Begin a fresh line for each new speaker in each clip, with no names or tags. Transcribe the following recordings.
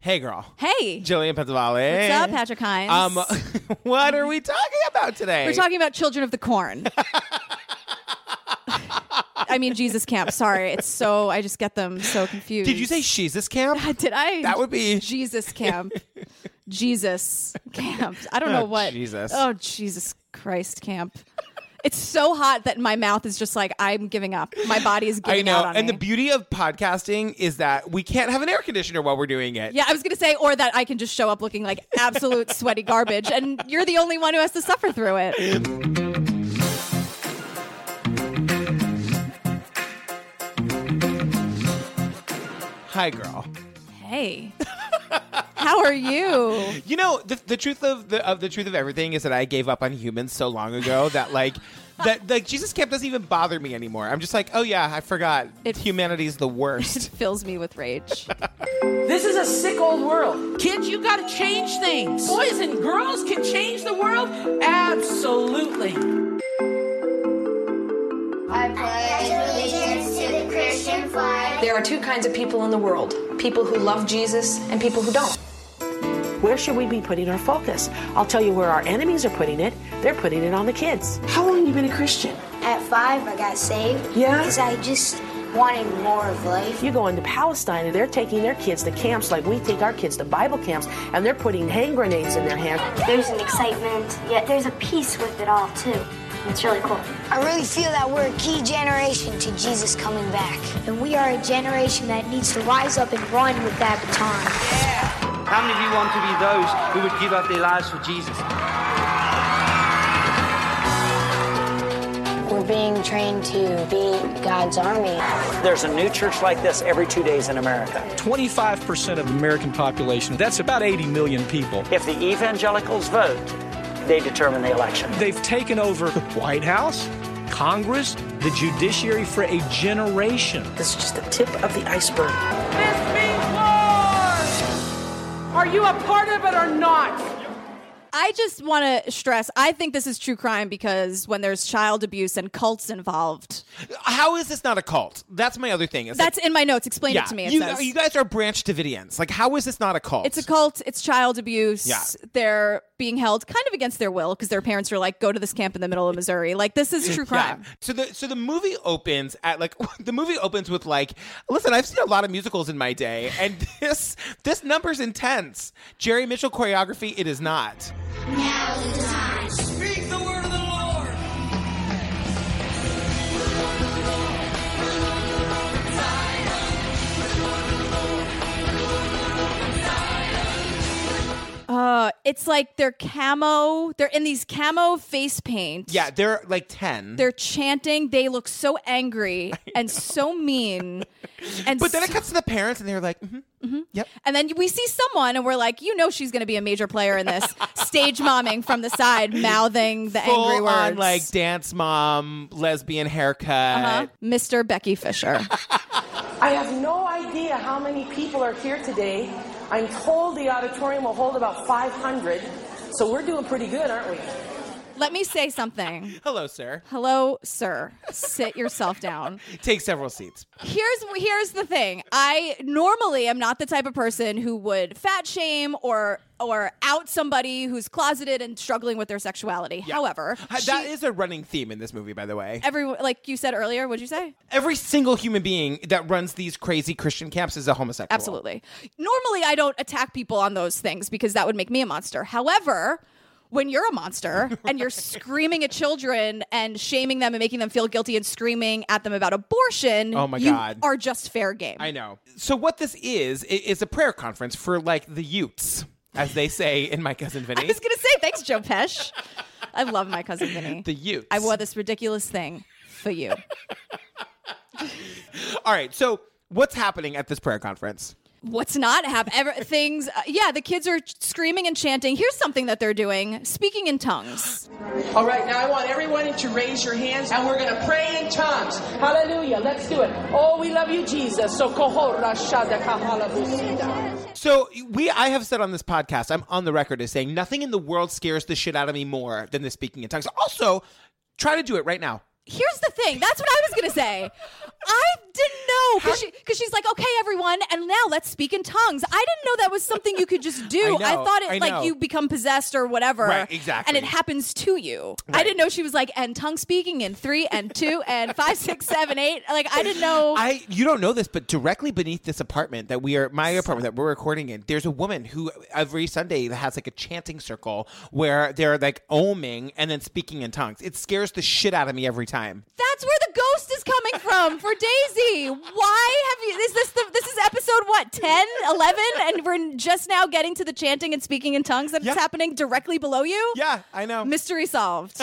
Hey, girl.
Hey.
Jillian Petzavale.
What's up, Patrick Hines?
Um, what are we talking about today?
We're talking about Children of the Corn. I mean, Jesus Camp. Sorry. It's so, I just get them so confused.
Did you say she's this camp?
Did I?
That would be-
Jesus Camp. Jesus Camp. I don't know
Oh,
what.
Jesus.
Oh, Jesus Christ Camp. It's so hot that my mouth is just like, I'm giving up. My body is
I
giving
know.
out on
And
me.
the beauty of podcasting is that we can't have an air conditioner while we're doing it.
yeah, I was going to say, or that I can just show up looking like absolute sweaty garbage, and you're the only one who has to suffer through it.
Hi, girl.
Hey. How are you?
You know, the, the truth of the of the truth of everything is that I gave up on humans so long ago that like that like Jesus camp doesn't even bother me anymore. I'm just like, oh yeah, I forgot.
It-
Humanity's the worst.
Fills me with rage.
This is a sick old world. Kids, you gotta change things. Boys and girls can change the world? Absolutely.
I pledge allegiance to the Christian flag.
There are two kinds of people in the world people who love Jesus and people who don't.
Where should we be putting our focus? I'll tell you where our enemies are putting it. They're putting it on the kids. How long have you been a Christian?
At five, I got saved.
Yeah?
Because I just wanted more of life.
You go into Palestine and they're taking their kids to camps like we take our kids to Bible camps and they're putting hand grenades in their hand.
There's an excitement, yet there's a peace with it all, too. It's really cool. I really feel that we're a key generation to Jesus coming back. And we are a generation that needs to rise up and run with that baton.
How many of you want to be those who would give up their lives for Jesus?
We're being trained to be God's army.
There's a new church like this every two days in America.
25% of the American population, that's about 80 million people.
If the evangelicals vote, they determine the election.
They've taken over the White House, Congress, the judiciary for a generation.
This is just the tip of the iceberg.
This means war! Are you a part of it or not?
I just want to stress I think this is true crime because when there's child abuse and cults involved,
How is this not a cult? That's my other thing. It's
that's
like,
in my notes. Explain
yeah.
it to me. It
you,
says.
you guys are branch Davidians. Like, how is this not a cult?
it's a cult, it's child abuse.
Yeah.
They're being held kind of against their will because their parents are like, go to this camp in the middle of Missouri. Like, this is true crime.
Yeah. So the so the movie opens at like the movie opens with like listen I've seen a lot of musicals in my day and this this number's intense Jerry Mitchell choreography it is not
Speak the word of the Lord!
It's like they're camo, they're in these camo face paint.
yeah they're like ten
They're chanting. They look so angry and so mean. And
but then it
so-
cuts to the parents and they're like mhm.
And then we see someone, and we're like, you know, she's going to be a major player in this. Stage momming from the side, mouthing the
full
angry words.
on like dance mom lesbian haircut
Huh? Mr. Uh-huh. Becky Fisher.
I have no idea how many people are here today. I'm told the auditorium will hold about 500. So we're doing pretty good, aren't we?
Let me say something.
hello sir
Hello, sir. Sit yourself down.
take several seats
Here's here's the thing. I normally am not the type of person who would fat shame or or out somebody who's closeted and struggling with their sexuality. However,
Ha-
she-
that is a running theme in this movie by the way
every like you said earlier. What'd you say?
every single human being that runs these crazy Christian camps is a homosexual
Absolutely. Normally, I don't attack people on those things because that would make me a monster. However, when you're a monster and you're screaming at children and shaming them and making them feel guilty and screaming at them about abortion,
Oh my
you
God.
are just fair game.
I know. So what this is i- is a prayer conference for like the Utes, as they say in my cousin
I
Vinny.
was gonna say thanks, Joe Pesh. I love my cousin Vinny.
The Utes.
I wore this ridiculous thing for you.
All right. So what's happening at this prayer conference?
What's not have ever things? Uh, yeah, the kids are screaming and chanting. Here's something that they're doing: speaking in tongues.
All right, now I want everyone to raise your hands and we're going to pray in tongues. Hallelujah. Let's do it. Oh, we love you, Jesus. So, kohora shada kahalabusida.
So we, I have said on this podcast, I'm on the record as saying nothing in the world scares the shit out of me more than the speaking in tongues. Also, try to do it right now.
Here's the thing. That's what I was gonna say. I didn't know because she's like, okay, everyone, and now let's speak in tongues. I didn't know that was something you could just do.
I
I,
know,
thought it
I know.
like you become possessed or whatever,
Right, exactly.
and it happens to you. I didn't know she was like, and tongue speaking in three and two and five, six, seven, eight. Like I didn't know.
I you don't know this, but directly beneath this apartment that we are my apartment that we're recording in, there's a woman who every Sunday has like a chanting circle where they're like oming and then speaking in tongues. It scares the shit out of me every time.
That's where the ghost is coming from for Daisy. Why have you? Is this the? This is episode what 10, 11? and we're just now getting to the chanting and speaking in tongues that's
Yeah.
happening directly below you.
Yeah, I know.
Mystery solved.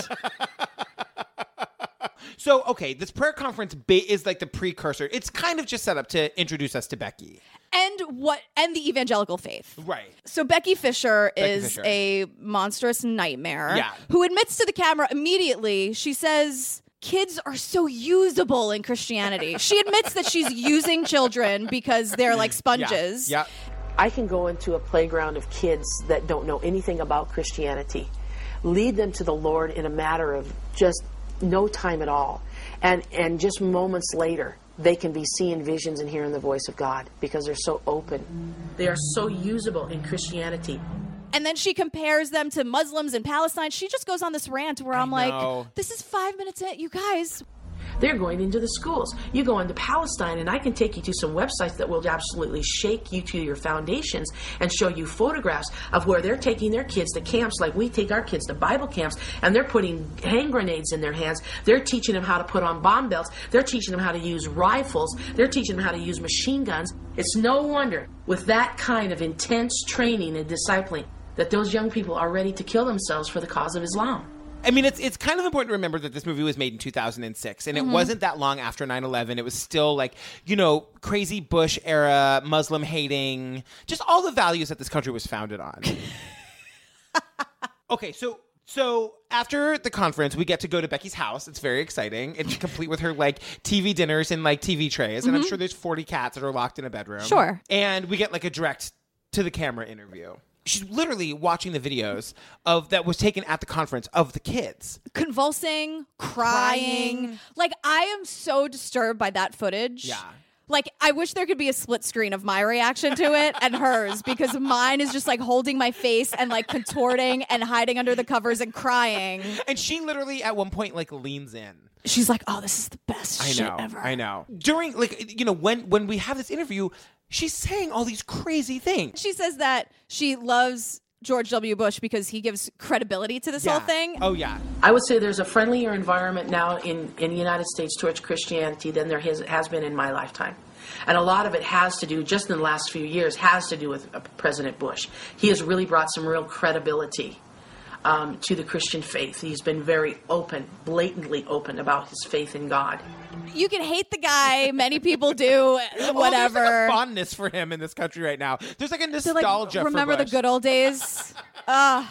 So okay, this prayer conference ba- is like the precursor. It's kind of just set up to introduce us to Becky.
and what? And the evangelical faith.
Right.
So Becky Fisher is
Fisher.
a monstrous nightmare
Yeah.
who admits to the camera immediately. She says, Kids are so usable in Christianity. she admits that she's using children because they're like sponges.
Yeah.
I can go into a playground of kids that don't know anything about Christianity, lead them to the Lord in a matter of just no time at all. And, and just moments later, they can be seeing visions and hearing the voice of God because they're so open. They are so usable in Christianity.
And then she compares them to Muslims in Palestine. She just goes on this rant where I'm
know.
like, this is five minutes in. You guys,
They're going into the schools. You go into Palestine, and I can take you to some websites that will absolutely shake you to your foundations and show you photographs of where they're taking their kids to camps, like we take our kids to Bible camps, and they're putting hand grenades in their hands. They're teaching them how to put on bomb belts. They're teaching them how to use rifles. They're teaching them how to use machine guns. It's no wonder, with that kind of intense training and discipling, that those young people are ready to kill themselves for the cause of Islam.
I mean, it's it's kind of important to remember that this movie was made in 2006, and it wasn't that long after 9/11. It was still like you know crazy Bush era Muslim hating, just all the values that this country was founded on. okay, so. So after the conference, we get to go to Becky's house. It's very exciting. It's complete with her like TV dinners and like TV trays, and I'm sure there's 40 cats that are locked in a bedroom.
Sure.
and we get like a direct to the camera interview. She's literally watching the videos of that was taken at the conference of the kids.
convulsing, crying. Like, I am so disturbed by that footage.
Yeah.
Like, I wish there could be a split screen of my reaction to it and hers because mine is just like holding my face and like contorting and hiding under the covers and crying.
And she literally at one point like leans in.
She's like, oh, this is the best
I
shit
know.
ever.
I know. During like you know when when we have this interview, she's saying all these crazy things.
She says that she loves George W. Bush because he gives credibility to this whole
Yeah.
thing.
Oh yeah.
I would say there's a friendlier environment now in, in the United States towards Christianity than there has, has been in my lifetime. And a lot of it has to do, just in the last few years, has to do with uh, President Bush. He has really brought some real credibility um, to the Christian faith. He's been very open, blatantly open about his faith in God.
You can hate the guy. Many people do.
Well, there's, like,
Whatever.
a fondness for him in this country right now. There's like a
They're like,
nostalgia. for
remember the
Bush.
good old days? Ugh.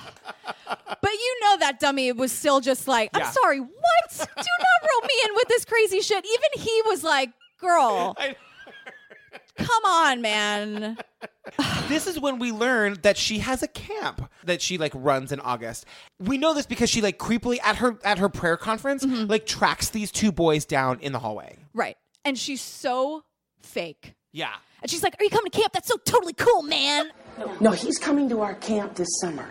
But you know that dummy was still just like, I'm
Yeah.
sorry, what? Do not roll me in with this crazy shit. Even he was like, girl,
I-
come on, man.
This is when we learn that she has a camp that she like runs in August. We know this because she like creepily at her at her prayer conference
Mm-hmm.
like tracks these two boys down in the hallway.
Right. And she's so fake.
Yeah.
And she's like, Are you coming to camp? That's so totally cool, man.
No, he's coming to our camp this summer.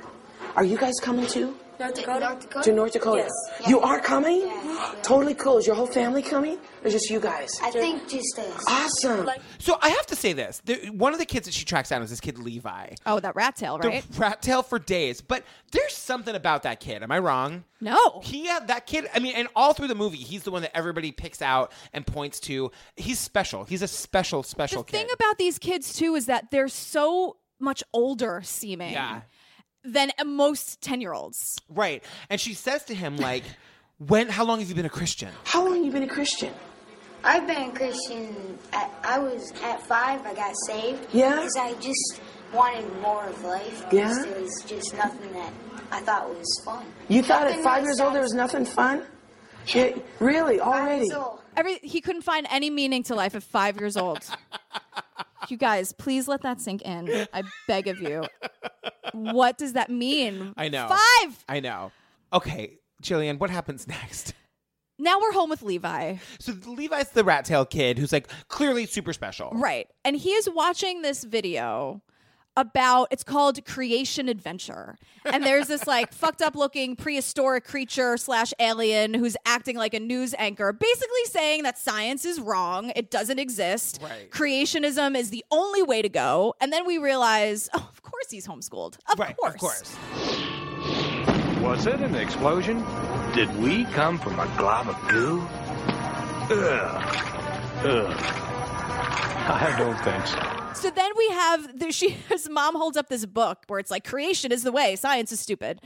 Are you guys coming too?
North Dakota?
To North Dakota?
Yes.
You are coming?
Yeah.
Totally cool. Is your whole family coming? Or just you guys?
I think just this.
Awesome.
So I have to say this. The, one of the kids that she tracks down is this kid Levi.
Oh, that rat tail, right?
The rat tail for days. But there's something about that kid. Am I wrong?
No.
He had that kid. I mean, and all through the movie, he's the one that everybody picks out and points to. He's special. He's a special, special
the
kid.
thing about these kids too is that they're so much older seeming
Yeah.
than most 10 year olds
right. And she says to him, like, when, how long have you been a Christian?
How long have you been a Christian?
I've been a Christian. At, I was at five. I got saved.
Yeah?
Because I just wanted more of life.
Yeah?
Because There was just nothing that I thought was fun.
You thought at
Nothing
five
was
years old there was nothing fun? Yeah, really,
Five
already.
years old.
every he couldn't find any meaning to life at five years old you guys please let that sink in i beg of you what does that mean
I know.
five
I know. Okay, Jillian, what happens next?
Now we're home with Levi.
So Levi's the rat tail kid who's like clearly super special.
Right. And he is watching this video about it's called creation adventure and there's this like fucked up looking prehistoric creature slash alien who's acting like a news anchor basically saying that science is wrong it doesn't exist
Right.
creationism is the only way to go and then we realize oh of course he's homeschooled of
Right,
course
of course.
Was it an explosion? Did we come from a glob of goo? Ugh. Ugh. I don't think so.
So then we have the, she, his mom holds up this book where it's like creation is the way, science is stupid,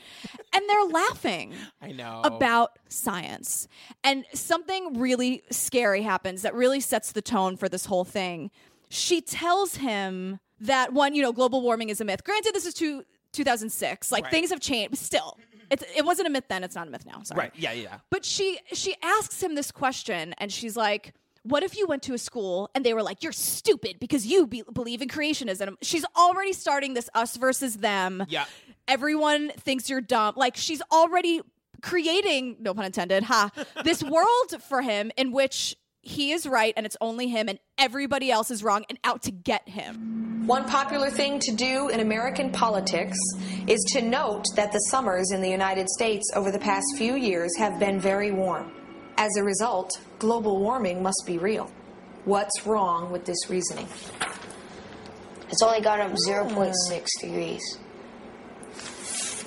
and they're laughing.
I know.
about science, and something really scary happens that really sets the tone for this whole thing. She tells him that one, you know, global warming is a myth. Granted, this is two, 2006. Like
Right.
things have changed, but still. It's, it wasn't a myth then. It's not a myth now. Sorry.
Right. Yeah, yeah.
But she she asks him this question, and she's like, "What if you went to a school and they were like, you're stupid because you be- believe in creationism?" She's already starting this us versus them.
Yeah.
everyone thinks you're dumb. Like she's already creating, no pun intended, ha, this world for him in which he is right and it's only him and everybody else is wrong and out to get him.
One popular thing to do in American politics is to note that the summers in the United States over the past few years have been very warm. As a result, global warming must be real. What's wrong with this reasoning?
It's only gone up 0.6 degrees.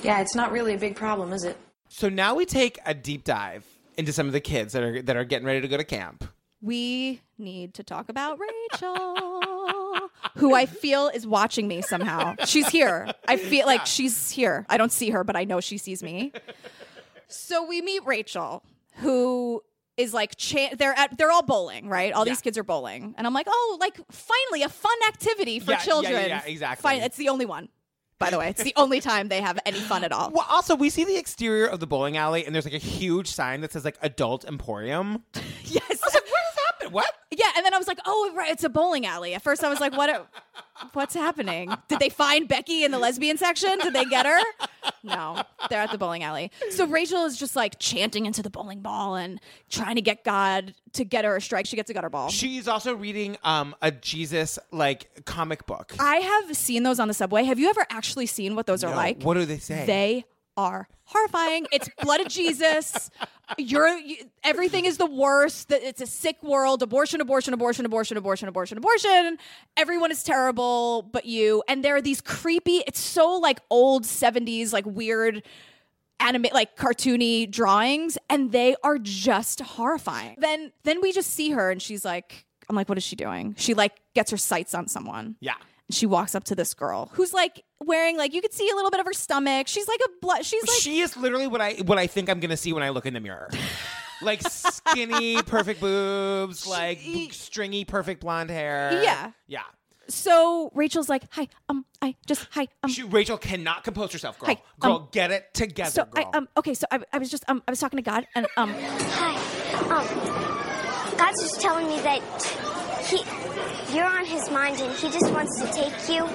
Yeah, it's not really a big problem, is it?
So now we take a deep dive into some of the kids that are that are getting ready to go to camp.
We need to talk about Rachel, who I feel is watching me somehow. She's here. I feel like she's here. I don't see her, but I know she sees me. So we meet Rachel, who is like cha- they're at they're all bowling, right? All these kids are bowling, and I'm like, oh, like finally a fun activity for
Yeah, yeah,
children.
yeah, yeah, exactly.
Fine, it's the only one. By the way, it's the only time they have any fun at all.
Well, also we see the exterior of the bowling alley, and there's like a huge sign that says like Adult Emporium.
Yes.
What is happening? What?
Yeah, and then I was like, "Oh, right, it's a bowling alley." At first, I was like, "What? What's happening? Did they find Becky in the lesbian section? Did they get her?" No, they're at the bowling alley. So Rachel is just like chanting into the bowling ball and trying to get God to get her a strike. She gets a gutter ball.
She's also reading um a Jesus like comic book.
I have seen those on the subway. Have you ever actually seen what those are
No.
like?
What do they say?
They are horrifying. It's blood of Jesus. You're you, everything is the worst. That it's a sick world. Abortion, abortion, abortion, abortion, abortion, abortion, abortion. Everyone is terrible, but you. And there are these creepy. It's so like old seventies, like weird. Anime like cartoony drawings, and they are just horrifying. Then, then we just see her, and she's like, "I'm like, what is she doing?" She like gets her sights on someone,
yeah.
she walks up to this girl who's like wearing like you could see a little bit of her stomach. She's like a blood. She's like
she is literally what I what I think I'm gonna see when I look in the mirror. like skinny, perfect boobs, like b- stringy, perfect blonde hair.
e Yeah.
Yeah.
so. Rachel's like, hi, um, I just hi, um.
She, Rachel cannot compose herself, girl.
Hi,
girl,
um,
get it together,
so I
girl.
um okay. So I, I was just um I was talking to God and um
Hi. Um, God's just telling me that he, you're on his mind and he just wants to take you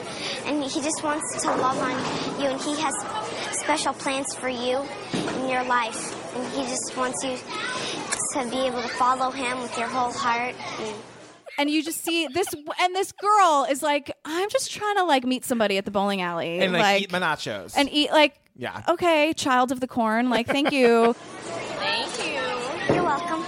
and he just wants to love on you and he has special plans for you in your life and he just wants you to be able to follow him with your whole heart. And
and you just see this and this girl is like I'm just trying to like meet somebody at the bowling alley
and like, eat manachos.
and eat like
Yeah.
okay child of the corn like thank you
you're welcome.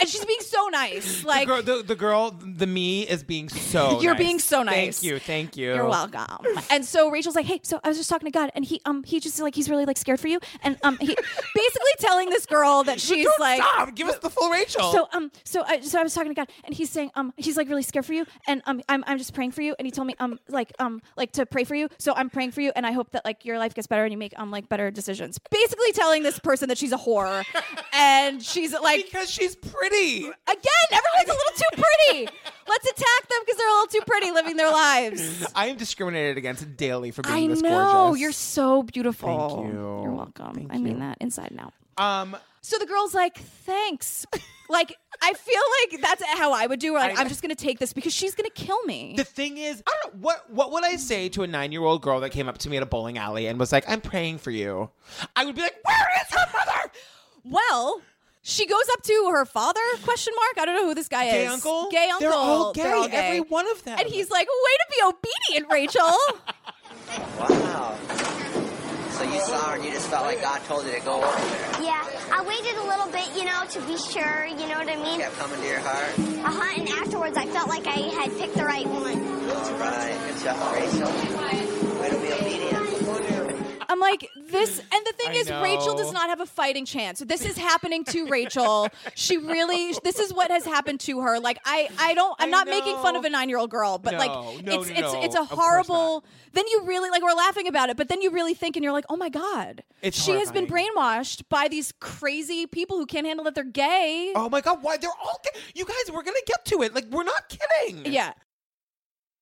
and she's being so nice like
the girl, the, the girl, the me is being so.
You're
nice.
being so nice.
Thank you, thank you.
You're welcome. And so Rachel's like, "Hey, so I was just talking to God, and he um he just like he's really like scared for you, and um he basically telling this girl that she's
Don't
like."
stop. Give us the full Rachel.
So um so I so I was talking to God and he's saying um he's like really scared for you and um I'm I'm just praying for you and he told me um like um like to pray for you so I'm praying for you and I hope that like your life gets better and you make um like better decisions basically telling this person that she's a whore and she's like
because she's pretty.
again everyone's a little too pretty let's attack them because they're a little too pretty living their lives
I am discriminated against daily for being
I
this
know
gorgeous.
you're so beautiful.
Thank you.
You're welcome.
Thank
I mean
you.
that inside and out.
um.
So the girl's like, "Thanks." like I feel like that's how I would do. We're like,
I-
I'm just gonna take this because she's gonna kill me.
The thing is, I don't know what what would I say to a nine year old girl that came up to me at a bowling alley and was like, "I'm praying for you." I would be like, "Where is her mother?"
well, She goes up to her father? Question mark. I don't know who this guy
Gay
is.
uncle?
Gay uncle.
They're all gay, every one of them.
And he's like, "Way to be obedient, Rachel."
Wow. So you saw her and you just felt like God told you to go over there.
Yeah, I waited a little bit, you know, to be sure, you know what I mean?
Kept coming to your heart.
Uh huh, and afterwards I felt like I had picked the right one.
All right. Good job, Rachel. Way to be obedient.
I'm like, this, and the thing
I
is, Rachel
know.
does not have a fighting chance. This is happening to Rachel. She really, this is what has happened to her. Like, I, I don't, I'm not making fun of a nine year old girl, but like,
No, no,
it's,
no,
it's,
no.
it's a
Of course
horrible. Then you really like, we're laughing about it, but then you really think, and you're like, oh my god,
It's
she has been brainwashed by these crazy people who can't handle that they're gay.
Oh my god, why they're all gay. You guys, we're gonna get to it. Like we're not kidding.
Yeah,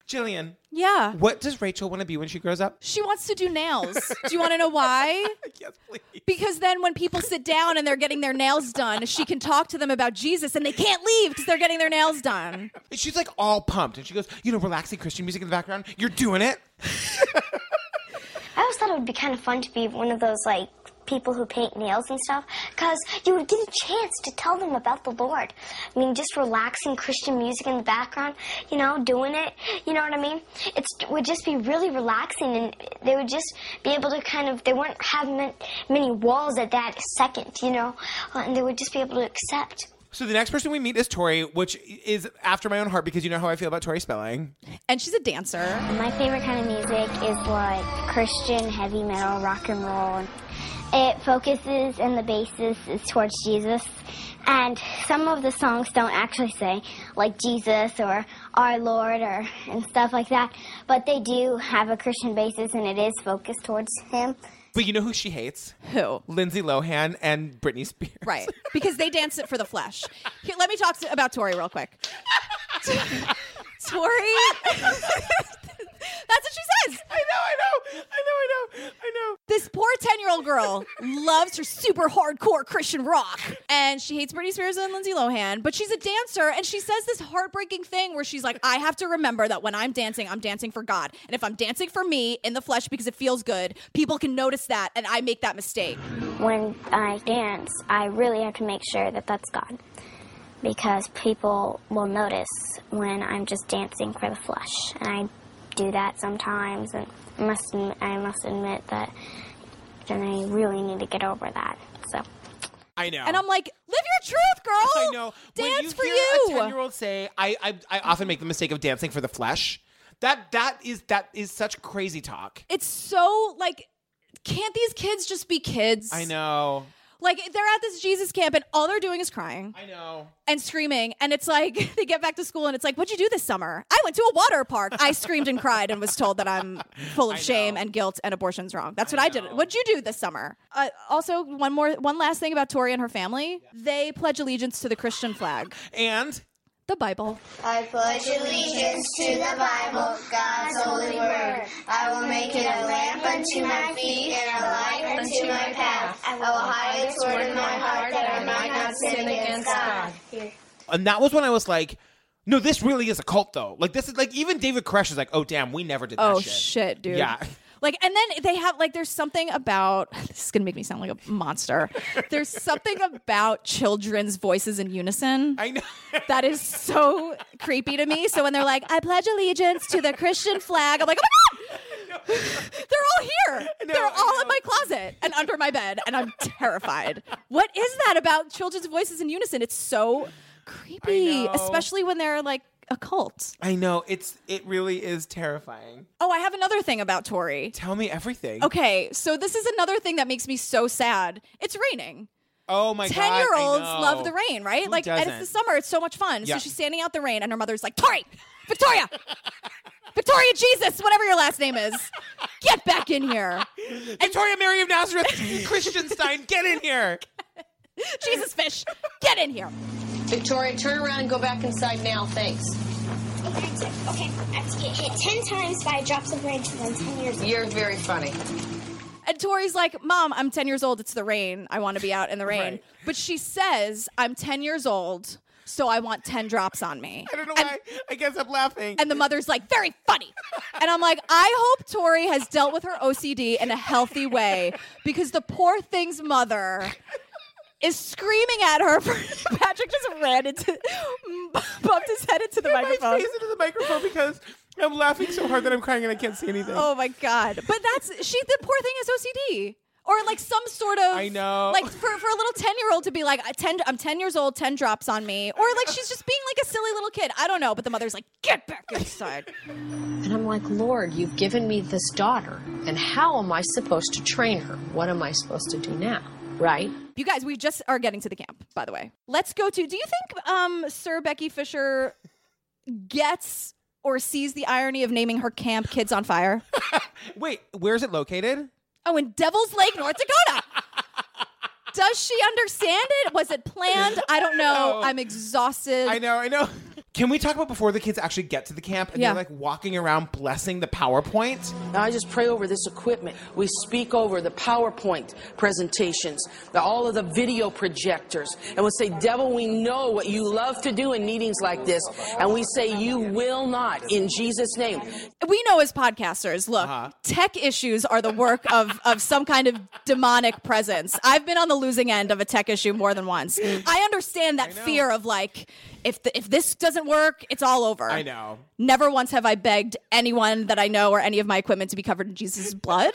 Jillian,
yeah.
what does Rachel want to be when she grows up?
She wants to do nails. do you want to know why?
yes, please.
Because then when people sit down and they're getting their nails done, she can talk to them about Jesus and they can't leave because they're getting their nails done.
And she's like all pumped, and she goes, you know, relaxing Christian music in the background. You're doing it.
I always thought it would be kind of fun to be one of those, like, people who paint nails and stuff, because you would get a chance to tell them about the Lord. I mean, just relaxing Christian music in the background, you know, doing it, you know what I mean? It's, it would just be really relaxing, and they would just be able to kind of, they wouldn't have ma- many walls at that second, you know, uh, and they would just be able to accept.
So the next person we meet is Tori, which is after my own heart because you know how I feel about Tori spelling.
And she's a dancer.
My favorite kind of music is like Christian heavy metal, rock and roll. It focuses and the basis is towards Jesus. And some of the songs don't actually say like Jesus or our Lord or and stuff like that, but they do have a Christian basis and it is focused towards him.
But you know who she hates?
Who?
Lindsay Lohan and Britney Spears.
Right. Because they dance it for the flesh. Here, let me talk to, about Tori real quick. Tori. That's what she says. I know,
I know. I know, I know. I know.
This poor 10 year old girl loves her super hardcore Christian rock. And she hates Britney Spears and Lindsay Lohan, but she's a dancer. And she says this heartbreaking thing where she's like, I have to remember that when I'm dancing, I'm dancing for God. And if I'm dancing for me in the flesh because it feels good, people can notice that. And I make that mistake.
When I dance, I really have to make sure that that's God because people will notice when I'm just dancing for the flesh. And I do that sometimes and I must admit, I must admit that then I really need to get over that. So
I know.
And I'm like, live your truth, girl.
I know. when you
Dance for
hear
you.
A ten-year-old say, I, "I I often make the mistake of dancing for the flesh." That that is that is such crazy talk.
It's so like, can't these kids just be kids?
I know.
Like they're at this Jesus camp and all they're doing is crying.
I know.
And screaming. And it's like they get back to school and it's like, what'd you do this summer? I went to a water park. I screamed and cried and was told that I'm full of shame and guilt and abortion's wrong. That's what I, did. What'd you do this summer? Uh, also, one more, one last thing about Tori and her family. They pledge allegiance to the Christian flag.
And
the Bible.
I pledge allegiance to the Bible, God's holy word. I will make it a lamp unto my feet and a light unto my path. I will hide its word in my heart that I might not sin against God.
And that was when I was like, "No, this really is a cult, though." Like this is like even David Koresh is like, "Oh damn, we never did that
Oh
shit."
shit, dude.
Yeah.
Like and then they have like there's something about this is gonna make me sound like a monster. there's something about children's voices in unison.
I know
that is so creepy to me. So when they're like, "I pledge allegiance to the Christian flag," I'm like, "Oh my god!" they're all here. they're all in my closet and under my bed, and I'm terrified. what is that about children's voices in unison? It's so creepy, especially when they're like a cult.
I know. It's it really is terrifying.
Oh, I have another thing about Tori.
Tell me everything.
Okay, so this is another thing that makes me so sad. It's raining.
Oh my god. I
Ten-year-olds
know.
love the rain, right?
Who
like, and
doesn't?
it's the summer. It's so much fun.
Yeah.
So she's standing out the rain, and her mother's like, "Tori, Victoria, Victoria Jesus, whatever your last name is, get back in here."
Victoria Mary of Nazareth, Christian Stein, get in here.
Jesus fish, get in here.
Victoria, turn around and go back inside now. Thanks.
Okay, I have to get hit ten times by drops of rain because I'm ten years old.
You're very funny.
And Tori's like, Mom, I'm 10 years old. It's the rain. I want to be out in the rain. But she says, I'm 10 years old, so I want 10 drops on me. I
don't know why. I guess I'm laughing.
And the mother's like, Very funny. and I'm like, I hope Tori has dealt with her OCD in a healthy way because the poor thing's mother is screaming at her. For, Patrick just ran into, bumped his head into the microphone.
face into the microphone because I'm laughing so hard that I'm crying and I can't see anything.
Oh my god! But that's she. The poor thing is OCD. Or like some sort of
I know.
like for, for a little ten year old to be like I ten I'm ten years old ten drops on me or like she's just being like a silly little kid I don't know but the mother's like get back inside
And I'm like, Lord, you've given me this daughter, and how am I supposed to train her? What am I supposed to do now? Right?
you guys we just are getting to the camp by the way let's go to do you think um Sir Becky Fisher gets or sees the irony of naming her camp Kids on Fire
Wait, where is it located?
Oh, in Devil's Lake, North Dakota. Does she understand it? Was it planned? I don't know. I'm exhausted.
I know, I know. Can we talk about before the kids actually get to the camp and
Yeah.
they're like walking around blessing the PowerPoint?
I just pray over this equipment. We speak over the PowerPoint presentations, the, all of the video projectors, and we say, Devil, we know what you love to do in meetings like this, and we say, You will not in Jesus' name.
We know as podcasters, look,
Uh-huh.
tech issues are the work of, of some kind of demonic presence. I've been on the losing end of a tech issue more than once. I understand that fear of like, if, the, if this doesn't work, it's all over.
I know.
Never once have I begged anyone that I know or any of my equipment to be covered in Jesus' blood.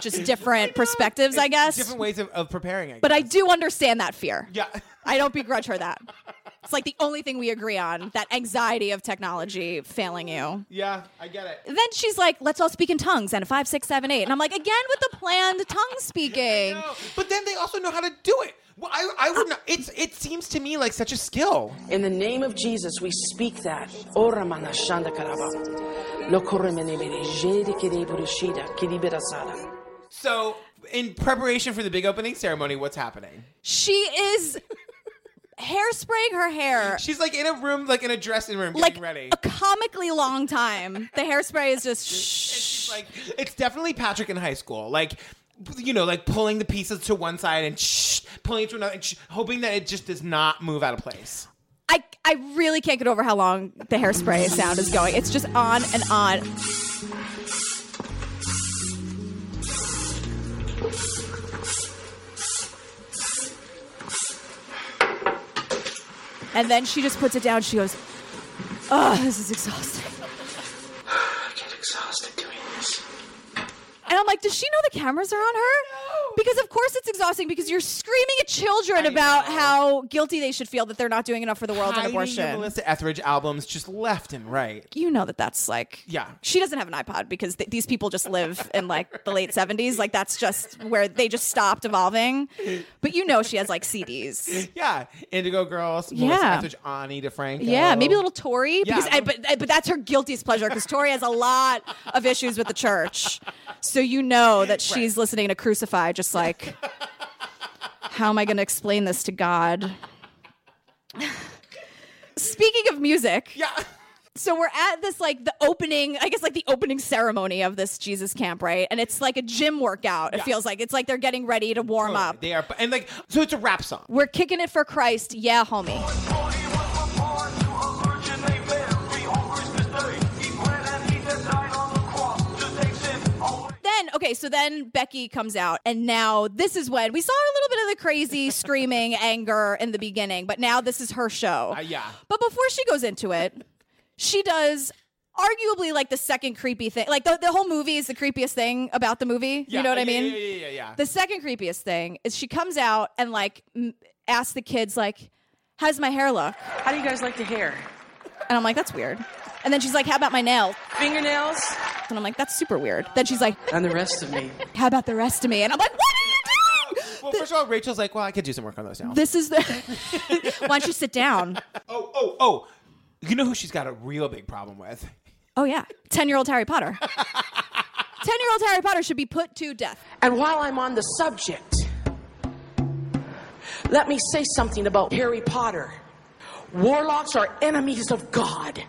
Just different perspectives, I guess.
Different ways of, of preparing it.
But I do understand that fear.
Yeah.
I don't begrudge her that. It's like the only thing we agree on that anxiety of technology failing you.
yeah, I get it.
Then she's like, let's all speak in tongues and a five, six, seven, eight. And I'm like, again with the planned tongue speaking.
But then they also know how to do it. Well, I, I would not. It's it seems to me like such a skill.
In the name of Jesus, we speak that. Ora mana shanda karaba. Lo kore mene mene, jede kede burushida, kede berasada.
So in preparation for the big opening ceremony, what's happening?
She is hairspraying her hair.
She's like in a room, like in a dressing room,
Like
getting ready.
a comically long time. The hairspray is just shh.
Like it's definitely Patrick in high school. Like you know, like pulling the pieces to one side and shh, pulling it to another, and shh, hoping that it just does not move out of place.
I, I really can't get over how long the hairspray sound is going. It's just on and on. And then she just puts it down. She goes, Oh, this is exhausting.
I get exhausted doing this.
And I'm like, does she know the cameras are on her? Because of course it's exhausting because you're screaming at children about how guilty they should feel that they're not doing enough for the world on
Hiding your
abortion.
Melissa Etheridge albums just left and right.
you know that that's like
Yeah.
she doesn't have an ipod because th- these people just live in like the late 70s like that's just where they just stopped evolving but you know she has like cds
Yeah, Indigo Girls.
Yeah.
Melissa Etheridge, Ani DeFranco.
yeah maybe a little tory
Oh. Yeah.
because I, but, I- but that's her guiltiest pleasure because tory has a lot of issues with the church so you know that she's listening to crucify just like how am i going to explain this to god speaking of music
yeah
so we're at this like the opening i guess like the opening ceremony of this jesus camp right and it's like a gym workout it
Yeah.
feels like it's like they're getting ready to warm up
They are, and like, so it's a rap song.
we're kicking it for christ yeah homie Then, okay, so then Becky comes out, and now this is when we saw a little bit of the crazy screaming anger in the beginning, but now this is her show.
Uh, yeah.
But before she goes into it, she does arguably like the second creepy thing. Like the, the whole movie is the creepiest thing about the movie.
Yeah,
you know what I
yeah,
mean?
yeah, yeah, yeah, yeah.
The second creepiest thing is she comes out and like m- asks the kids like, "How's my hair look?"
How do you guys like the hair?
And I'm like, "That's weird." And then she's like, "How about my nails?"
Fingernails?
And I'm like, "That's super weird." Then she's like,
And the rest of me.
"How about the rest of me?" And I'm like, "What?"
Well, first of all, Rachel's like, well, I could do some work on those now.
This is the. Why don't you sit down?
oh, oh, oh. You know who she's got a real big problem with?
Oh yeah, ten-year-old Harry Potter. Ten-year-old Harry Potter should be put to death.
And while I'm on the subject, let me say something about Harry Potter. Warlocks are enemies of God.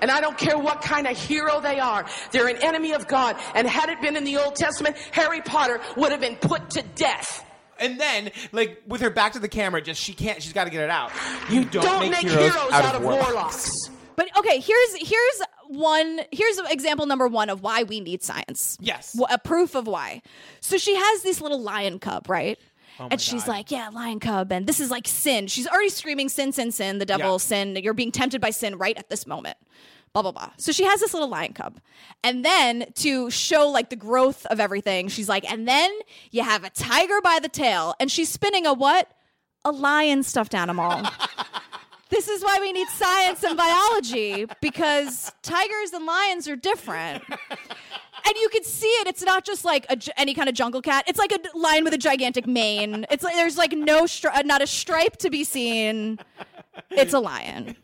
And I don't care what kind of hero they are, they're an enemy of God. And had it been in the Old Testament, Harry Potter would have been put to death.
And then, like, with her back to the camera, just she can't, she's got to get it out. You don't,
Don't make heroes out of warlocks.
But okay, here's here's one here's example number one of why we need science.
Yes,
a proof of why. So she has this little lion cub, right?
Oh my
and she's
God.
like, yeah, lion cub. And this is like sin. She's already screaming sin, sin, sin, the devil, sin. You're being tempted by sin right at this moment. Blah, blah, blah. So she has this little lion cub. And then to show like the growth of everything, she's like, and then you have a tiger by the tail. And she's spinning a what? A lion stuffed animal. this is why we need science and biology because tigers and lions are different. And you can see it. It's not just like a, gi- any kind of jungle cat. It's like a d- lion with a gigantic mane. It's like there's like no stri- uh, not a stripe to be seen. It's a lion.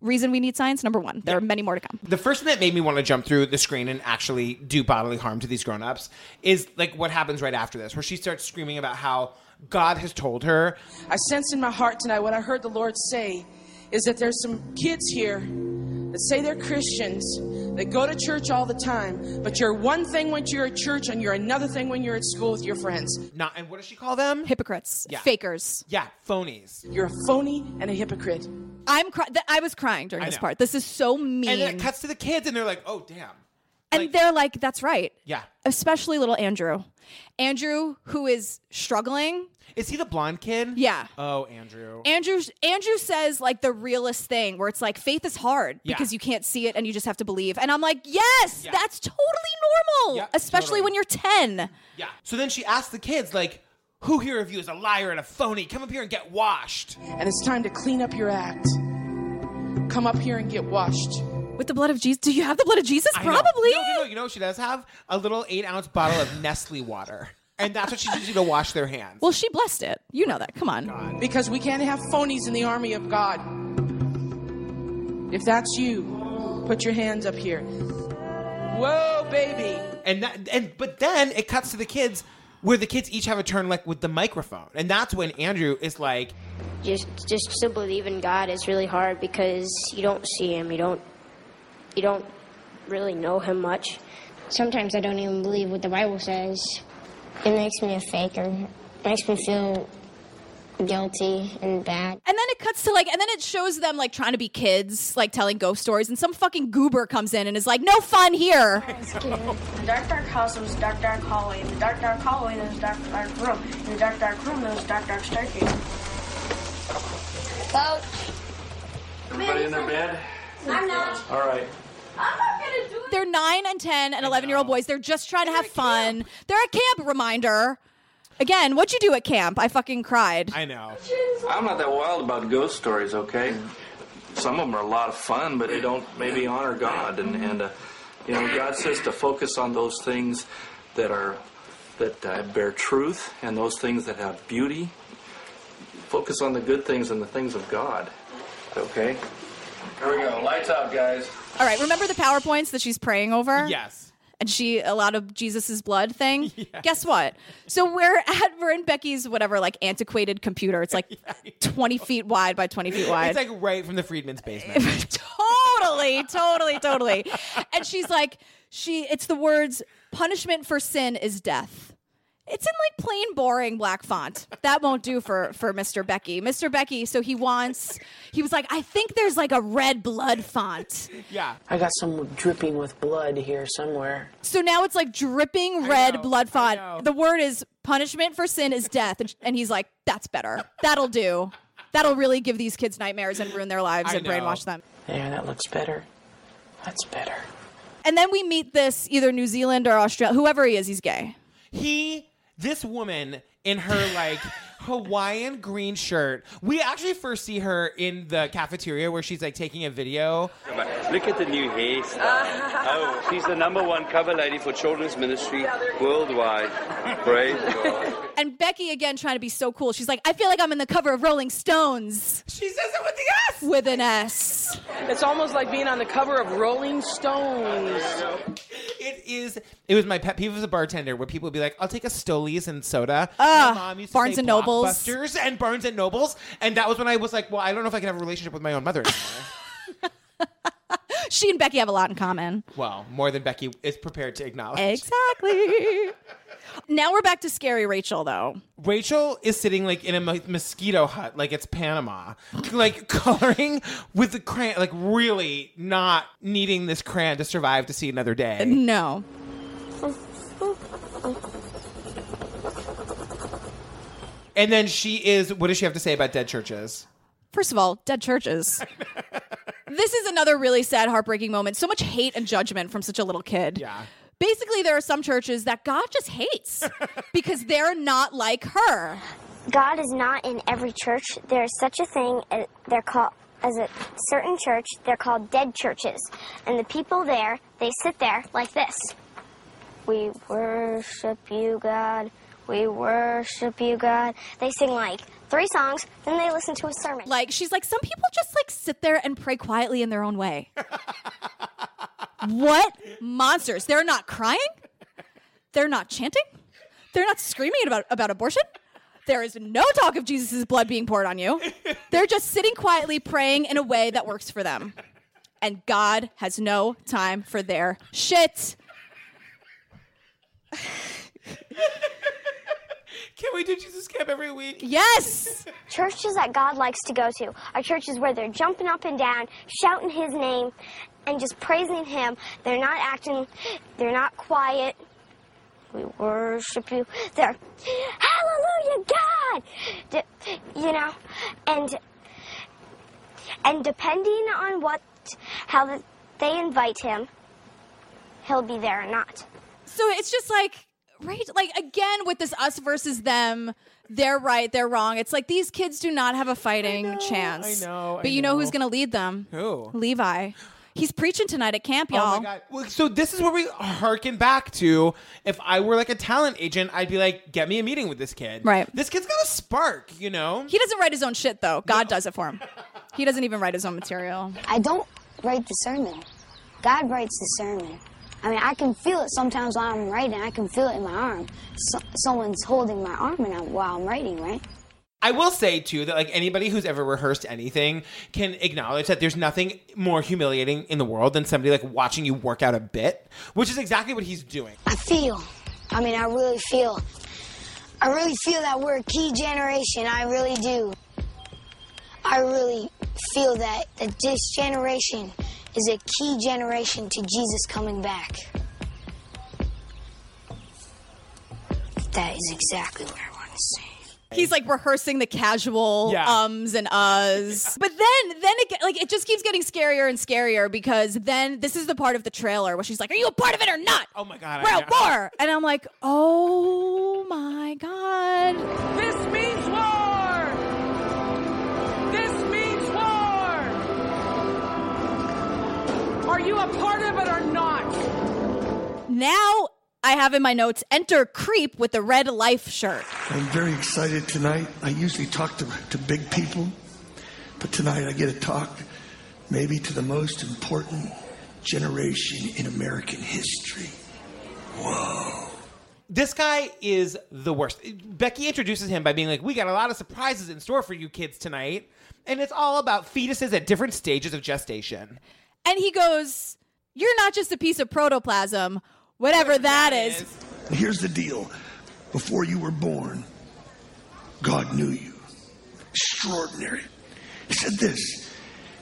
Reason we need science number one. There are many more to come.
The first thing that made me want to jump through the screen and actually do bodily harm to these grown-ups is like what happens right after this, where she starts screaming about how God has told her
I sense in my heart tonight what I heard the Lord say is that there's some kids here that say they're Christians, that go to church all the time, but you're one thing when you're at church and you're another thing when you're at school with your friends.
Not and what does she call them?
Hypocrites,
Yeah.
fakers.
Yeah, phonies.
You're a phony and a hypocrite.
I'm cry- th- I was crying during
I
this
know.
part. This is so mean.
And then it cuts to the kids and they're like, oh damn.
And they're like, that's right.
Yeah.
Especially little Andrew. Andrew, who is struggling.
Is he the blonde kid?
Yeah.
Oh, Andrew.
Andrew Andrew says like the realest thing where it's like faith is hard
Yeah.
because you can't see it and you just have to believe. And I'm like, yes, that's totally normal, especially when you're 10.
yeah. So then she asks the kids, like, who here of you is a liar and a phony? Come up here and get washed.
And it's time to clean up your act. Come up here and get washed.
With the blood of Jesus. Do you have the blood of Jesus?
I know.
Probably.
No, no, no. You know what she does have? A little eight ounce bottle of Nestle water. And that's what she uses to wash their hands.
Well, she blessed it. You know that. Come on.
Because we can't have phonies in the army of God. If that's you, put your hands up here. Whoa, baby.
And that, and but then it cuts to the kids where the kids each have a turn like with the microphone. And that's when Andrew is like,
just just to believe in God is really hard because you don't see him, you don't you don't really know him much.
Sometimes I don't even believe what the Bible says. It makes me a faker. It makes me feel guilty and bad.
And then it cuts to like, and then it shows them like trying to be kids, like telling ghost stories, and some fucking goober comes in and is like, no fun here.
In the dark, dark house, there was a dark, dark hallway. In the dark, dark hallway, there was a dark, dark room. In the dark, dark room, there was a dark, dark staircase.
Boat.
Everybody in their bed?
I'm not.
All right.
They're nine and 10 and 11 year old boys. They're just trying to have fun. They're at camp, reminder. Again, what'd you do at camp? I fucking cried.
I know.
I'm not that wild about ghost stories, okay? Some of them are a lot of fun, but they don't maybe honor God. And, and uh, you know, God says to focus on those things that are that uh, bear truth and those things that have beauty. Focus on the good things and the things of God. Okay? Here we go. Lights out, guys.
All right, remember the PowerPoints that she's praying over?
Yes.
And she a lot of Jesus's blood thing. Guess what? So we're at we're in Becky's whatever like antiquated computer. It's like twenty feet wide by twenty feet wide.
It's like right from the Freedman's basement.
totally, totally, totally. And she's like, she it's the words punishment for sin is death. It's in like plain boring black font. That won't do for for Mr. Becky. Mr. Becky, so he wants he was like, I think there's like a red blood font.
Yeah.
I got some dripping with blood here somewhere.
So now it's like dripping red blood font. The word is punishment for sin is death. And, and he's like, that's better. That'll do. That'll really give these kids nightmares and ruin their lives
I
and
know.
brainwash them.
There, that looks better. That's better.
And then we meet this either New Zealand or Australia, whoever he is, he's gay.
he this woman in her like Hawaiian green shirt. We actually first see her in the cafeteria where she's like taking a video.
Look at the new hairstyle. Oh, she's the number one cover lady for children's ministry worldwide. Praise God.
And Becky again trying to be so cool. She's like, I feel like I'm in the cover of Rolling Stones.
She says it with the
S. With an S.
It's almost like being on the cover of Rolling Stones.
It is. It was my pet peeve as a bartender where people would be like, "I'll take a Stolies and soda."
Ah,
My mom used to
Barnes
say
and Nobles.
Blockbusters and Barnes and Nobles, and that was when I was like, "Well, I don't know if I can have a relationship with my own mother anymore."
She and Becky have a lot in common.
well, more than Becky is prepared to acknowledge.
Exactly. now we're back to scary Rachel, though.
Rachel is sitting like in a mo- mosquito hut, like it's Panama, like coloring with the crayon, like really not needing this crayon to survive to see another day.
No.
And then she is. What does she have to say about dead churches?
First of all, dead churches. this is another really sad, heartbreaking moment. So much hate and judgment from such a little kid. Yeah. Basically, there are some churches that God just hates because they're not like her.
God is not in every church. There's such a thing. uh, They're called as a certain church. They're called dead churches, and the people there they sit there like this. We worship you, God. We worship you, God. They sing like three songs, then they listen to a sermon.
Like she's like some people just like sit there and pray quietly in their own way. what monsters? They're not crying. They're not chanting. They're not screaming about about abortion. There is no talk of Jesus' blood being poured on you. They're just sitting quietly praying in a way that works for them. And God has no time for their shit.
Can we do Jesus camp every week?
Yes!
Churches that God likes to go to are churches where they're jumping up and down, shouting his name, and just praising him. They're not acting, they're not quiet. We worship you. They're, hallelujah, God! D- you know, and and depending on what, how the, they invite him, he'll be there or not.
So it's just like, right? Like, again, with this us versus them, they're right, they're wrong. It's like these kids do not have a fighting chance.
I know, I
But you know, who's
know.
going to lead them?
Who?
Levi. He's preaching tonight at camp,
Oh
y'all.
my god! Well, So this is where we harken back to. If I were like a talent agent, I'd be like, "Get me a meeting with this kid."
Right.
This kid's got a spark, you know.
He doesn't write his own shit, though. God does it for him. He doesn't even write his own material.
I don't write the sermon. God writes the sermon. I mean, I can feel it sometimes while I'm writing. I can feel it in my arm. So, someone's holding my arm and I'm, while I'm writing, right?
I will say too that like anybody who's ever rehearsed anything can acknowledge that there's nothing more humiliating in the world than somebody like watching you work out a bit, which is exactly what he's doing.
I feel.
I mean, I really feel. I really feel that we're a key generation. I really do.
I really feel that, that this generation is a key generation to Jesus coming back.
That is exactly what I want to say.
He's like rehearsing the casual
Yeah.
ums and uhs. But then then it get- like it just keeps getting scarier and scarier because then this is the part of the trailer where she's like, "Are you a part of it or not?"
Oh my god!
We're at war. And I'm like, "Oh my god."
This means war! This means war! Are you a part of it or not?
Now I have in my notes, "Enter creep with the red life shirt."
I'm very excited tonight. I usually talk to, to big people, but tonight I get to talk maybe to the most important generation in American history.
This guy is the worst. Becky introduces him by being like, "We got a lot of surprises in store for you kids tonight." And it's all about fetuses at different stages of gestation.
And he goes, "You're not just a piece of protoplasm, whatever that is."
Here's the deal before you were born, God knew you. Extraordinary. He said this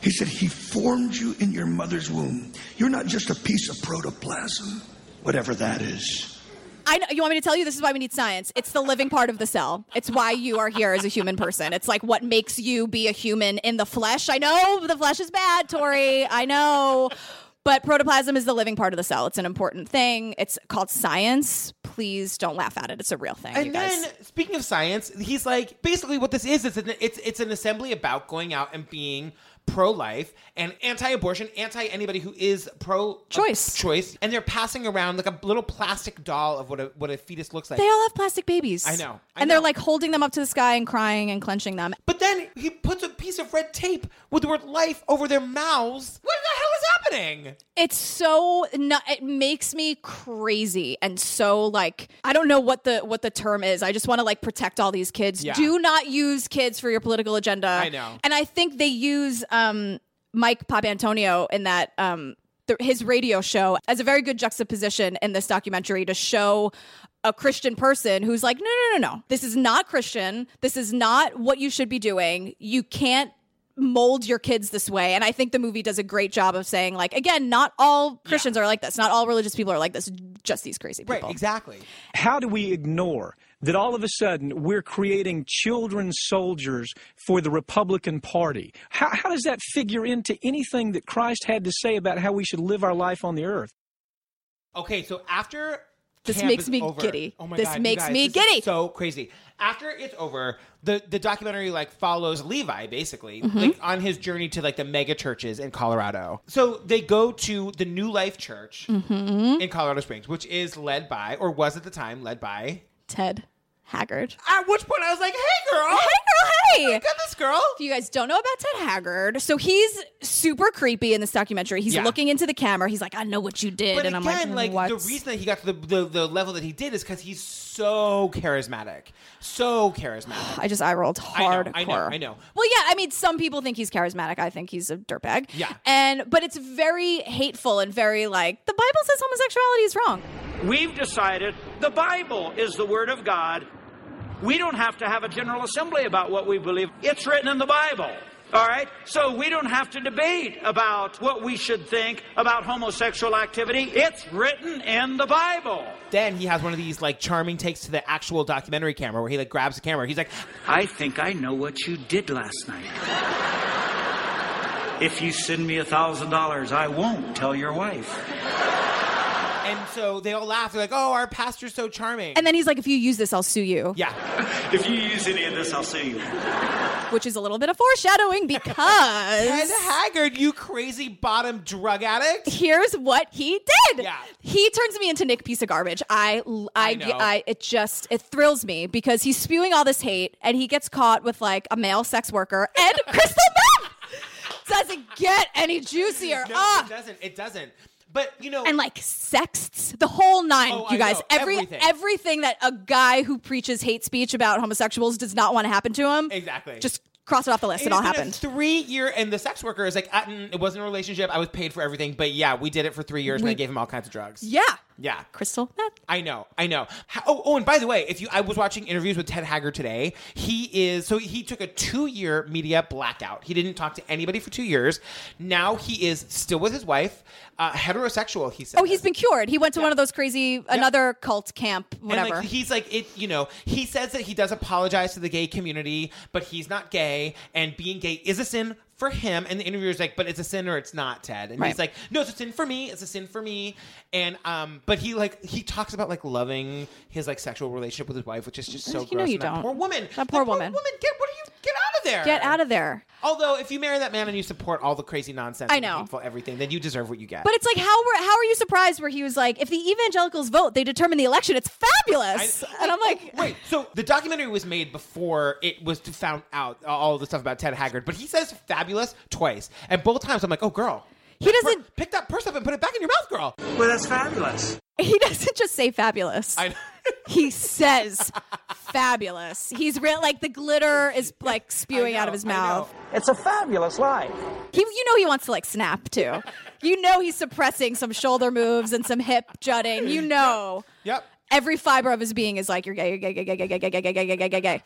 He said, He formed you in your mother's womb. You're not just a piece of protoplasm, whatever that is.
I know you want me to tell you this is why we need science. It's the living part of the cell. It's why you are here as a human person. It's like what makes you be a human in the flesh. I know the flesh is bad, Tori. I know. But protoplasm is the living part of the cell. It's an important thing. It's called science. Please don't laugh at it. It's a real thing, you
And
guys.
then, speaking of science, he's like, basically, what this is is an, it's it's an assembly about going out and being pro-life and anti-abortion, anti anybody who is pro choice, choice, and they're passing around like a little plastic doll of what a what a fetus looks like.
they all have plastic babies.
I know, I
and they're like holding them up to the sky and crying and clenching them.
But then he puts a piece of red tape with the word life over their mouths. What the hell is happening?
It's so not, it makes me crazy and so like I don't know what the what the term is. I just want to like protect all these kids.
Yeah.
Do not use kids for your political agenda.
I know.
And I think they use um Mike Papantonio in that um the, his radio show as a very good juxtaposition in this documentary to show a Christian person who's like, no, no, no, no. This is not Christian. This is not what you should be doing. You can't mold your kids this way. And I think the movie does a great job of saying, like, again, not all Christians are like this. Not all religious people are like this, just these crazy people.
Right, exactly.
How do we ignore that all of a sudden we're creating children soldiers for the Republican Party? How, how does that figure into anything that Christ had to say about how we should live our life on the earth?
Okay, so after
This
camp
makes
is
me
over-
giddy.
Oh my
This
God, you
makes
guys,
me
this is
giddy.
so crazy. After it's over, the the documentary like follows Levi basically
Mhm.
like on his journey to like the mega churches in Colorado. So they go to the New Life Church
Mhm.
in Colorado Springs, which is led by or was at the time led by
Ted Haggard.
At which point I was like, "Hey, girl,
hey, girl, hey,
got this Oh, girl."
If you guys don't know about Ted Haggard, so he's super creepy in this documentary. He's
Yeah.
looking into the camera. He's like, "I know what you did,"
But
and I'm
again, like,
like,
"Mm,
"What?"
the reason that he got to the, the, the level that he did is because he's so charismatic, so charismatic.
I just eye rolled hard.
I know, I know, I know.
Well, yeah, I mean, some people think he's charismatic. I think he's a dirtbag.
Yeah.
and but it's very hateful and very like the Bible says homosexuality is wrong.
We've decided the Bible is the Word of God. We don't have to have a General Assembly about what we believe. It's written in the Bible. All right? So we don't have to debate about what we should think about homosexual activity. It's written in the Bible.
Then he has one of these like charming takes to the actual documentary camera where he like grabs the camera. He's like,
I think I know what you did last night. If you send me a thousand dollars, I won't tell your wife.
and so they all laugh. They're like, "Oh, our pastor's so charming."
And then he's like, "If you use this, I'll sue you."
Yeah,
If you use any of this, I'll sue you.
which is a little bit of foreshadowing because
Ted Haggard, you crazy bottom drug addict.
Here's what he did. Yeah. He turns me into Nick piece of garbage. I I,
I know.
I- it just it thrills me because he's spewing all this hate and he gets caught with like a male sex worker and crystal meth. Doesn't get any juicier.
No,
Ah.
it doesn't. It doesn't. But you know,
and like sexts, the whole nine,
Oh,
you
I
guys.
know.
Every
Everything.
everything that a guy who preaches hate speech about homosexuals does not want to happen to him.
Exactly.
Just cross it off the list. It, all
had been a
happened.
Three year, and the sex worker is like, uh, mm, it wasn't a relationship. I was paid for everything, but yeah, we did it for three years,
We-
and I gave him all kinds of drugs.
Yeah.
Yeah.
Crystal meth.
I know, I know. How, oh, oh, and by the way, if you, I was watching interviews with Ted Haggard today. He is so he took a two-year media blackout. He didn't talk to anybody for two years. Now he is still with his wife, uh, heterosexual. He said.
Oh, he's been cured. He went to one of those crazy another cult camp,
And
whatever.
like, he's like it, you know. He says that he does apologize to the gay community, but he's not gay, and being gay is a sin for him. And the interviewer's like, "But it's a sin or it's not, Ted." And
Right.
he's like, "No, it's a sin for me. It's a sin for me." And um, but he like he talks about like loving his like sexual relationship with his wife, which is just so
you
gross.
know you
and that
don't.
Poor woman.
That poor woman.
Get what are you? Get out of there.
Get out of there.
Although, if you marry that man and you support all the crazy nonsense,
I
and the
know.
hateful everything, then you deserve what you get.
But it's like how were how are you surprised where he was like, if the evangelicals vote, they determine the election. It's fabulous. and I'm like,
Wait, so the documentary was made before it was to found out all the stuff about Ted Haggard, but he says fabulous twice. And both times I'm like, oh, girl.
He doesn't.
pick that purse up and put it back in your mouth, girl.
Well, that's fabulous.
he doesn't just say fabulous.
I know.
he says fabulous. He's real like the glitter is like spewing out of his mouth.
It's a fabulous life.
He you know he wants to like snap too. you know he's suppressing some shoulder moves and some hip jutting. You know.
Yep.
Every fiber of his being is like, you're gay, you're gay, gay, gay, gay, gay, gay, gay, gay, gay, gay, gay, gay, gay.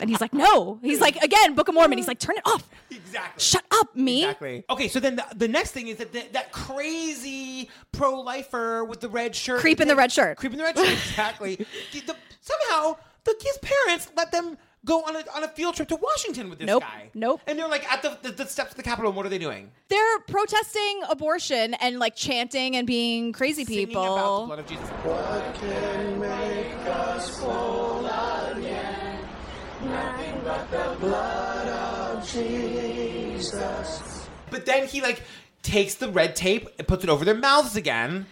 And he's like, no. He's like, again, Book of Mormon. He's like, turn it off.
Exactly.
Shut up, me.
Exactly. Okay, so then the, the next thing is that the, that crazy pro lifer with the red shirt.
Creep in the red shirt.
Creep in the red shirt, exactly. The- the- somehow, the, his parents let them go on a, on a field trip to Washington with this
Nope.
guy.
Nope.
And they're like at the, the, the steps of the Capitol, and what are they doing?
They're protesting abortion and like chanting and being crazy people.
about the blood of Jesus.
What can make us whole again? Nothing but the blood of Jesus.
But then he like takes the red tape and puts it over their mouths again.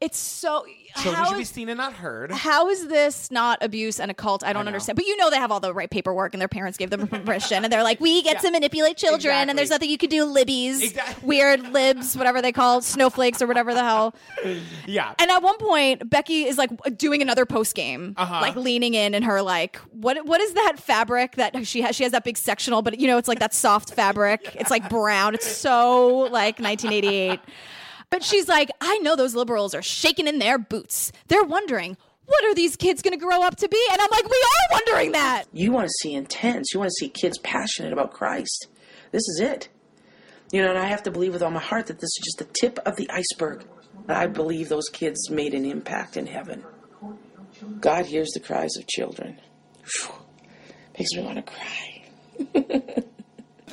It's so.
Children
how
should be
is-
seen and not heard.
How is this not abuse and a cult? I don't understand. But you know they have all the right paperwork and their parents gave them permission and they're like, we get to manipulate children and there's nothing you can do, libbies, weird libs, whatever they call snowflakes or whatever the hell.
Yeah.
And at one point, Becky is like doing another post game,
Uh-huh.
like leaning in and her like, what what is that fabric that she has? She has that big sectional, but you know, it's like that soft fabric. It's like brown. It's so like 1988. But she's like, I know those liberals are shaking in their boots. They're wondering. What are these kids going to grow up to be? And I'm like, we are wondering that.
You want to see intense. You want to see kids passionate about Christ. This is it. You know, and I have to believe with all my heart that this is just the tip of the iceberg. I believe those kids made an impact in heaven.
God hears the cries of children. Phew. Makes me want to cry.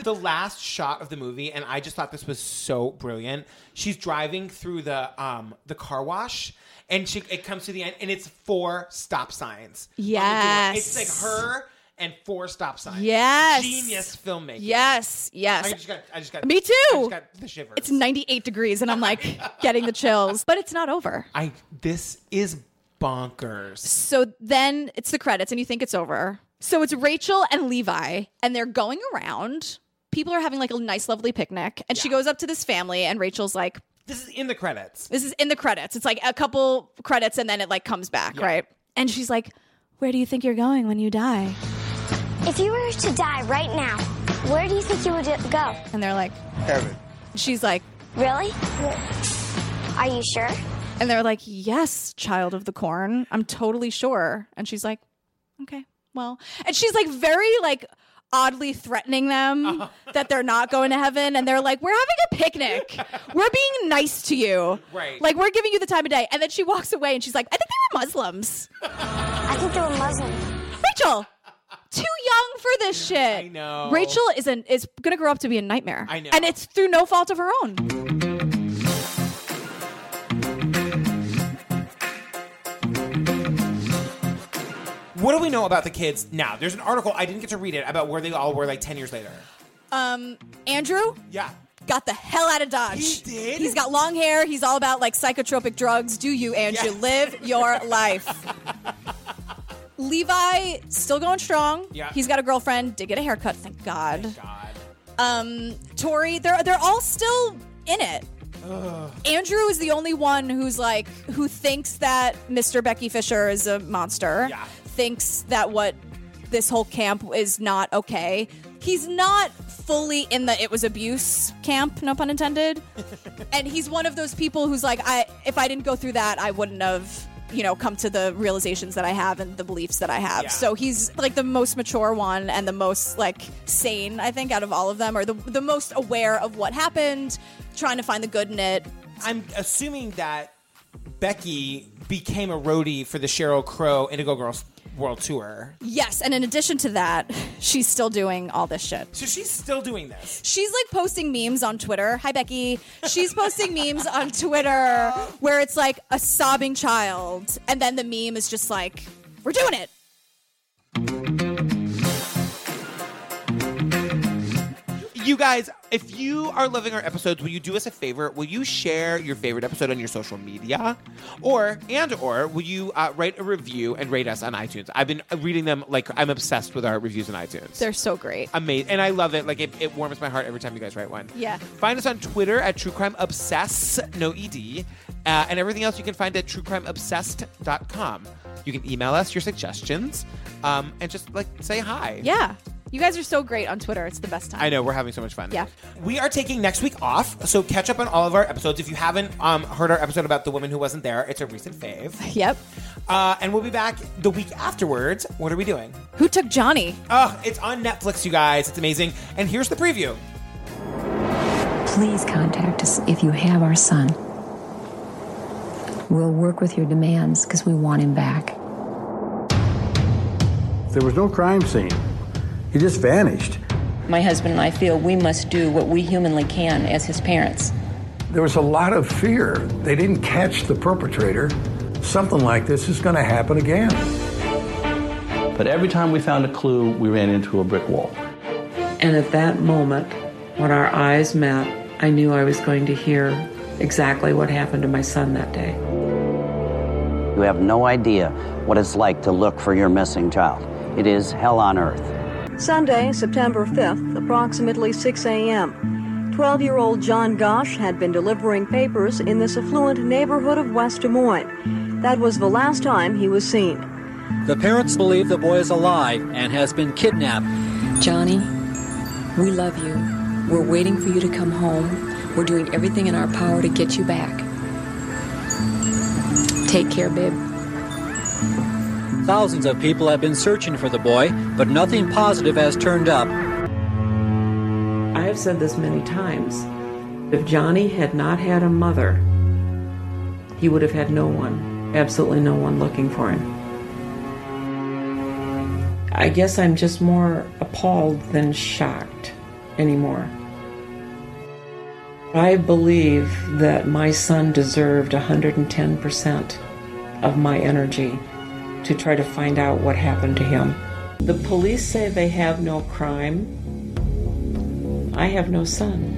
the last shot of the movie, and I just thought this was so brilliant. She's driving through the um the car wash, and she it comes to the end, and it's four stop signs. on the door.
Yes.
it's like her and four stop signs.
Yes.
genius filmmaking.
Yes, yes.
I just got. I just got.
Me too.
I just got the shivers.
It's 98 degrees, and I'm like getting the chills, but it's not over.
I. This is bonkers.
So then it's the credits, and you think it's over. So it's Rachel and Levi, and they're going around. People are having like a nice, lovely picnic, and she goes up to this family, and Rachel's like,
This is in the credits.
This is in the credits. It's like a couple credits and then it like comes back, right? And she's like, Where do you think you're going when you die?
If you were to die right now, where do you think you would go?
And they're like,
Heaven.
She's like,
Really? Are you sure?
And they're like, Yes, child of the corn. I'm totally sure. And she's like, Okay, well. And she's like, very like, Oddly threatening
Uh-huh.
them that they're not going to heaven, and they're like, "We're having a picnic. We're being nice to you.
Right.
Like we're giving you the time of day." And then she walks away, and she's like, "I think they were Muslims."
I think they were Muslim.
Rachel, too young for this shit. I
know.
Rachel is an, is gonna grow up to be a nightmare.
I know.
and it's through no fault of her own.
What do we know about the kids now? There's an article I didn't get to read it about where they all were like ten years later.
Um, Andrew.
Yeah.
Got the hell out of Dodge. He did. He's got long hair. He's all about like psychotropic drugs. Do you, Andrew? Live your life. Levi still going strong.
Yeah.
He's got a girlfriend. Did get a haircut. Thank God. Thank God. Um, Tori. They're they're all still in it. Andrew is the only one who's like who thinks that Mr. Becky Fisher is a monster. Thinks that what this whole camp is not okay. He's not fully in the it was abuse camp, no pun intended. and he's one of those people who's like I if I didn't go through that, I wouldn't have you know, come to the realizations that I have and the beliefs that I have.
Yeah.
So he's like the most mature one and the most like sane, I think, out of all of them, or the the most aware of what happened, trying to find the good in it.
I'm assuming that Becky became a roadie for the Cheryl Crow Indigo Girls World Tour.
Yes, and in addition to that, she's still doing all this shit.
So she's still doing this.
She's like posting memes on Twitter. Hi, Becky. She's posting memes on Twitter where it's like a sobbing child, and then the meme is just like, we're doing it.
You guys, if you are loving our episodes, will you do us a favor? Will you share your favorite episode on your social media, or and or will you uh, write a review and rate us on iTunes? I've been reading them like I'm obsessed with our reviews on iTunes.
They're so great.
amazing, and I love it. Like it, it warms my heart every time you guys write one.
Yeah.
Find us on Twitter at True Crime Obsess, no ED, uh, and everything else you can find at truecrimeobsessed.com. You can email us your suggestions um, and just like say hi.
Yeah. You guys are so great on Twitter. It's the best time.
I know, we're having so much fun.
Yeah.
We are taking next week off, so catch up on all of our episodes. If you haven't um, heard our episode about the woman who wasn't there, it's a recent fave.
Yep.
Uh, and we'll be back the week afterwards. What are we doing?
Who took Johnny?
Oh, it's on Netflix, you guys. It's amazing. And here's the preview.
Please contact us if you have our son. We'll work with your demands because we want him back.
There was no crime scene. He just vanished.
My husband and I feel we must do what we humanly can as his parents.
There was a lot of fear. They didn't catch the perpetrator. Something like this is going to happen again.
But every time we found a clue, we ran into a brick wall.
And at that moment, when our eyes met, I knew I was going to hear exactly what happened to my son that day.
You have no idea what it's like to look for your missing child. It is hell on earth.
Sunday, September 5th, approximately 6 a.m. 12 year old John Gosh had been delivering papers in this affluent neighborhood of West Des Moines. That was the last time he was seen.
The parents believe the boy is alive and has been kidnapped.
Johnny, we love you. We're waiting for you to come home. We're doing everything in our power to get you back. Take care, babe.
Thousands of people have been searching for the boy, but nothing positive has turned up.
I have said this many times. If Johnny had not had a mother, he would have had no one, absolutely no one looking for him.
I guess I'm just more appalled than shocked anymore. I believe that my son deserved 110% of my energy to try to find out what happened to him. The police say they have no crime. I have no son.